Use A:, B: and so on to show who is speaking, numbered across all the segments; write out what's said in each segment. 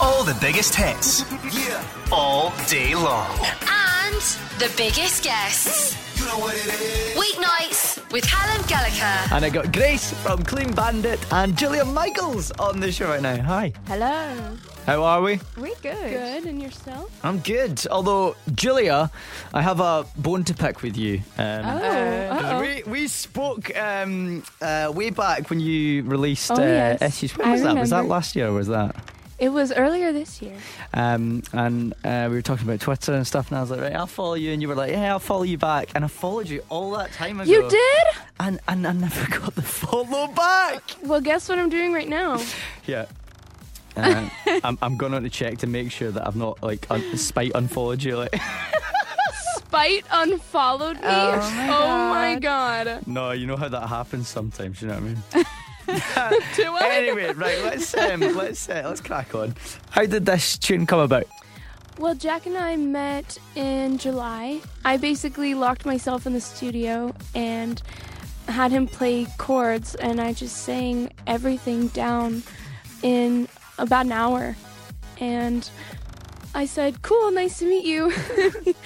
A: all the biggest hits. All day long.
B: And the biggest guests.
C: You know what it is.
B: Weeknights with Callum Gallagher.
D: And I got Grace from Clean Bandit and Gillian Michaels on the show right now. Hi.
E: Hello.
D: How are we?
E: We're good.
F: Good, and yourself?
D: I'm good. Although, Julia, I have a bone to pick with you. Um,
F: Oh, uh-oh.
D: We, we spoke um, uh, way back when you released
F: Oh,
D: uh,
F: yes.
D: issues. When
F: I
D: was that? Was that
F: remember.
D: last year or was that?
F: It was earlier this year.
D: Um, and uh, we were talking about Twitter and stuff, and I was like, right, I'll follow you. And you were like, yeah, I'll follow you back. And I followed you all that time ago.
F: You did?
D: And, and I never got the follow back.
F: Well, guess what I'm doing right now?
D: Yeah. Uh, I'm, I'm going on to check to make sure that I've not like un- spite unfollowed you. Like,
F: Spite unfollowed me. Oh my god.
D: no, you know how that happens sometimes. You know what I mean?
F: Do I?
D: anyway, right, let's um, let's uh, let's crack on. How did this tune come about?
F: Well, Jack and I met in July. I basically locked myself in the studio and had him play chords, and I just sang everything down in about an hour. And I said, Cool, nice to meet you.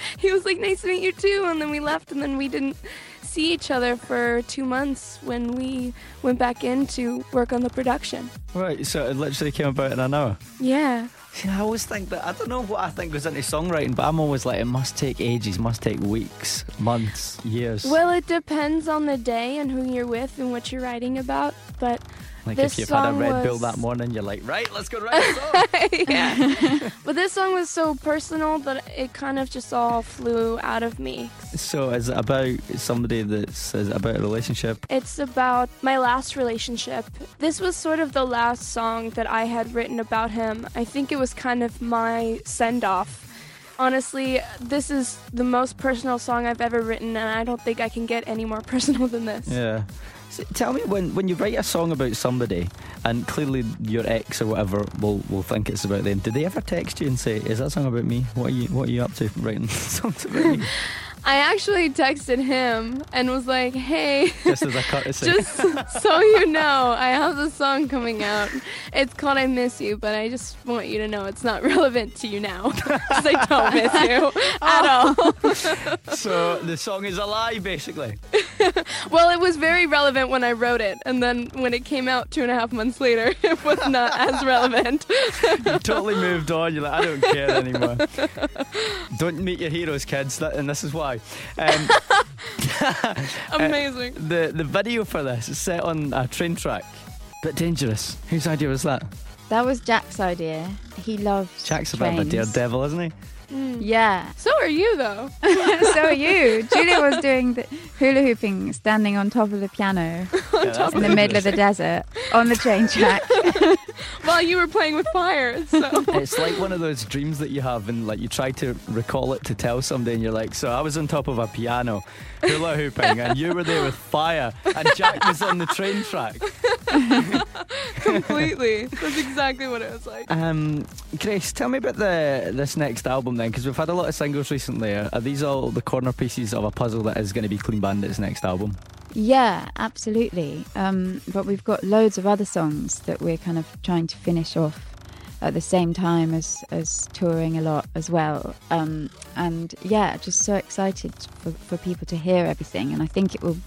F: he was like, Nice to meet you too. And then we left, and then we didn't see each other for two months when we went back in to work on the production.
D: Right, so it literally came about in an hour.
F: Yeah.
D: See, I always think that I don't know what I think goes into songwriting, but I'm always like, it must take ages, must take weeks, months, years.
F: Well, it depends on the day and who you're with and what you're writing about, but
D: like
F: this
D: if you've had a
F: song
D: Red Bull
F: was-
D: that morning, you're like, right, let's go write a song.
F: but this song was so personal that it kind of just all flew out of me.
D: so is it about somebody that's is it about a relationship?
F: It's about my last relationship. This was sort of the last song that I had written about him. I think it was kind of my send off. Honestly, this is the most personal song I've ever written, and I don't think I can get any more personal than this.
D: Yeah. So tell me when when you write a song about somebody, and clearly your ex or whatever will will think it's about them. Do they ever text you and say, "Is that song about me? What are you What are you up to writing songs about me?"
F: I actually texted him and was like, hey.
D: Just as a courtesy.
F: just so you know, I have this song coming out. It's called I Miss You, but I just want you to know it's not relevant to you now. 'Cause I don't miss you at all.
D: so the song is a lie, basically.
F: Well, it was very relevant when I wrote it, and then when it came out two and a half months later, it was not as relevant.
D: You totally moved on. You're like, I don't care anymore. don't meet your heroes, kids. That, and this is why. Um,
F: Amazing.
D: the the video for this is set on a train track. Bit dangerous. Whose idea was that?
E: That was Jack's idea. He loves
D: Jack's a bit of a
E: trains.
D: daredevil, isn't he?
E: Yeah.
F: So are you, though.
E: so are you. Julia was doing the hula hooping, standing on top of the piano
D: Yeah, that's
E: in the middle of the
D: dangerous.
E: desert on the train track.
F: While you were playing with fire, so.
D: It's like one of those dreams that you have, and like you try to recall it to tell somebody, and you're like, "So I was on top of a piano, hula hooping, and you were there with fire, and Jack was on the train track."
F: Completely. That's exactly what it was like.
D: Um, Grace, tell me about the this next album then, because we've had a lot of singles recently. Are, are these all the corner pieces of a puzzle that is going to be Clean Bandit's next album?
E: yeah, absolutely. Um, but we've got loads of other songs that we're kind of trying to finish off at the same time as, as touring a lot as well. Um, and yeah, just so excited for, for people to hear everything. And I think it will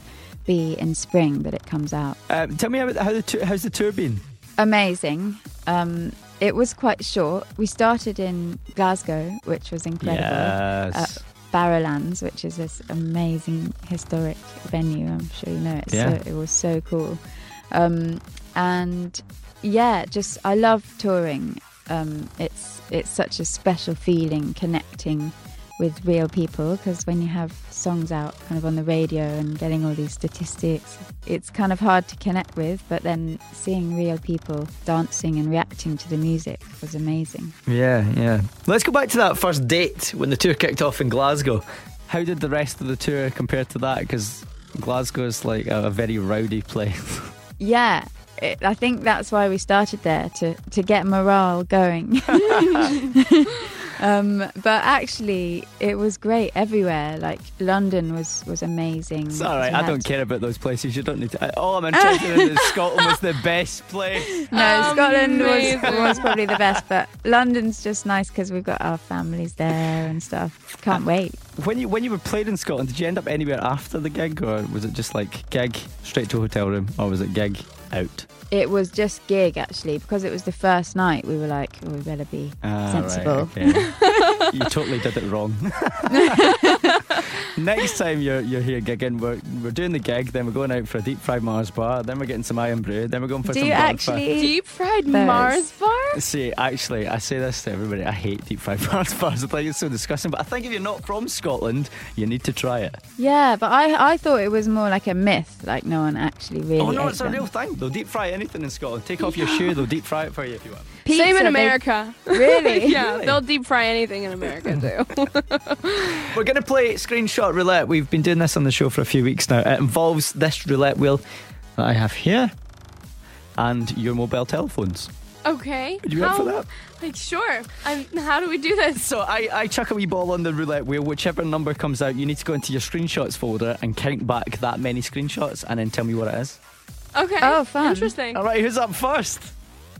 E: be in spring that it comes out.
D: Um, tell me about how the tou- how's the tour been?
E: amazing. Um, it was quite short. We started in Glasgow, which was incredible.
D: Yes.
E: Barrowlands, which is this amazing historic venue. I'm sure you know it.
D: Yeah.
E: So it was so cool. Um, and yeah, just I love touring. Um, it's it's such a special feeling connecting with real people because when you have songs out kind of on the radio and getting all these statistics, it's kind of hard to connect with. But then seeing real people dancing and reacting to the music was amazing.
D: Yeah, yeah. Let's go back to that first date when the tour kicked off in Glasgow. How did the rest of the tour compare to that? Because Glasgow's like a, a very rowdy place.
E: Yeah, it, I think that's why we started there to, to get morale going. Um, but actually, it was great everywhere. Like London was was amazing.
D: It's all right.
E: We
D: I
E: had-
D: don't care about those places. You don't need to. I- All I'm interested in is Scotland was the best place.
E: No, Scotland was,
F: Amazing.
E: was probably the best, but London's just nice because we've got our families there and stuff. Can't wait.
D: When you when you were played in Scotland, did you end up anywhere after the gig, or was it just like gig straight to hotel room, or was it gig out?
E: It was just gig actually because it was the first night. We were like, oh, we better be
D: Ah,
E: sensible.
D: Right, okay. you totally did it wrong. Next time you're, you're here gigging, we're, we're doing the gig, then we're going out for a deep fried Mars bar, then we're getting some iron brew, then we're going for
E: Do
D: some
E: you
D: breakfast.
E: actually?
F: Deep fried
E: There is.
F: Mars bar?
D: See, actually, I say this to everybody. I hate deep fried Mars bars. I think it's so disgusting. But I think if you're not from Scotland, you need to try it.
E: Yeah, but I I thought it was more like a myth. Like no one actually really.
D: Oh no,
E: ate
D: it's a
E: them.
D: real thing. They'll deep fry anything in Scotland. Take off your shoe, they'll deep fry it for you if you want.
E: Pizza,
F: Same in
E: they-
F: America.
E: really?
F: yeah,
D: Really?
F: they'll deep fry anything in America too.
D: We're going to play screenshot roulette. We've been doing this on the show for a few weeks now. It involves this roulette wheel that I have here and your mobile telephones.
F: okay.
D: Are you up for
F: how-
D: that?
F: Like sure. I'm, how do we do this?
D: So I, I chuck a wee ball on the roulette wheel. Whichever number comes out, you need to go into your screenshots folder and count back that many screenshots and then tell me what it is.
F: Okay.
E: Oh, fun.
F: Interesting.
D: All right, who's up first?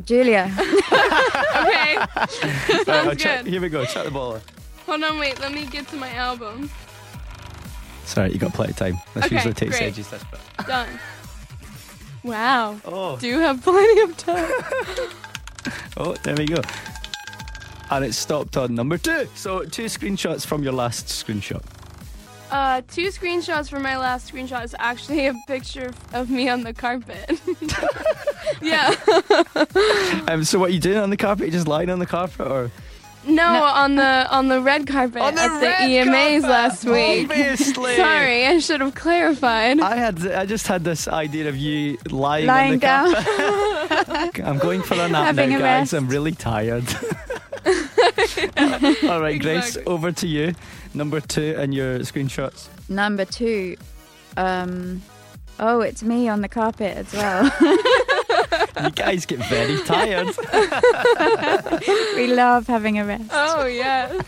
E: Julia.
F: Okay.
D: Right, I'll
F: Sounds
D: chuck-
F: good.
D: here we go. Chuck the ball. in.
F: Hold on, wait. Let me get to my album.
D: Sorry, you got plenty of time. This
F: Okay,
D: usually takes
F: great.
D: ages. This bit.
F: Done. Wow.
D: Oh,
F: Do you have plenty of time?
D: oh, there we go. And it stopped on number two. So two screenshots from your last screenshot.
F: Uh, two screenshots from my last screenshot is actually a picture of me on the carpet. yeah.
D: Um, so what are you doing on the carpet? You just lying on the carpet, or
F: No, on the on the red carpet at the EMAs last week.
D: Obviously.
F: Sorry, I should have clarified.
D: I had I just had this idea of you lying, on the
E: Lying down.
D: carpet. I'm going for a nap now,
E: Having a
D: guys.
E: rest.
D: I'm really tired. All right, Grace,
F: Exactly.
D: over to you. Number two in your screenshots.
E: Number two. Um. Oh, it's me on the carpet as well.
D: You guys get very tired.
E: we love having a rest.
F: oh yes.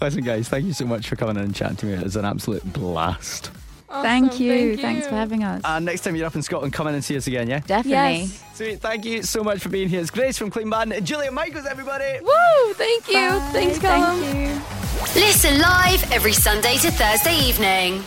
D: Listen, guys, thank you so much for coming in and chatting to me. It was an absolute blast.
F: Awesome,
E: Thank you. Thanks for
F: you.
E: having us.
D: And next time you're up in Scotland, come in and see us again, yeah?
E: Definitely.
F: Yes.
D: Sweet. Thank you so much for being here. It's Grace from Clean Band and Julia Michaels, everybody.
F: Woo! Thank you.
E: Bye,
F: Thanks, Colin.
E: Thank you.
B: Listen live every Sunday to Thursday evening.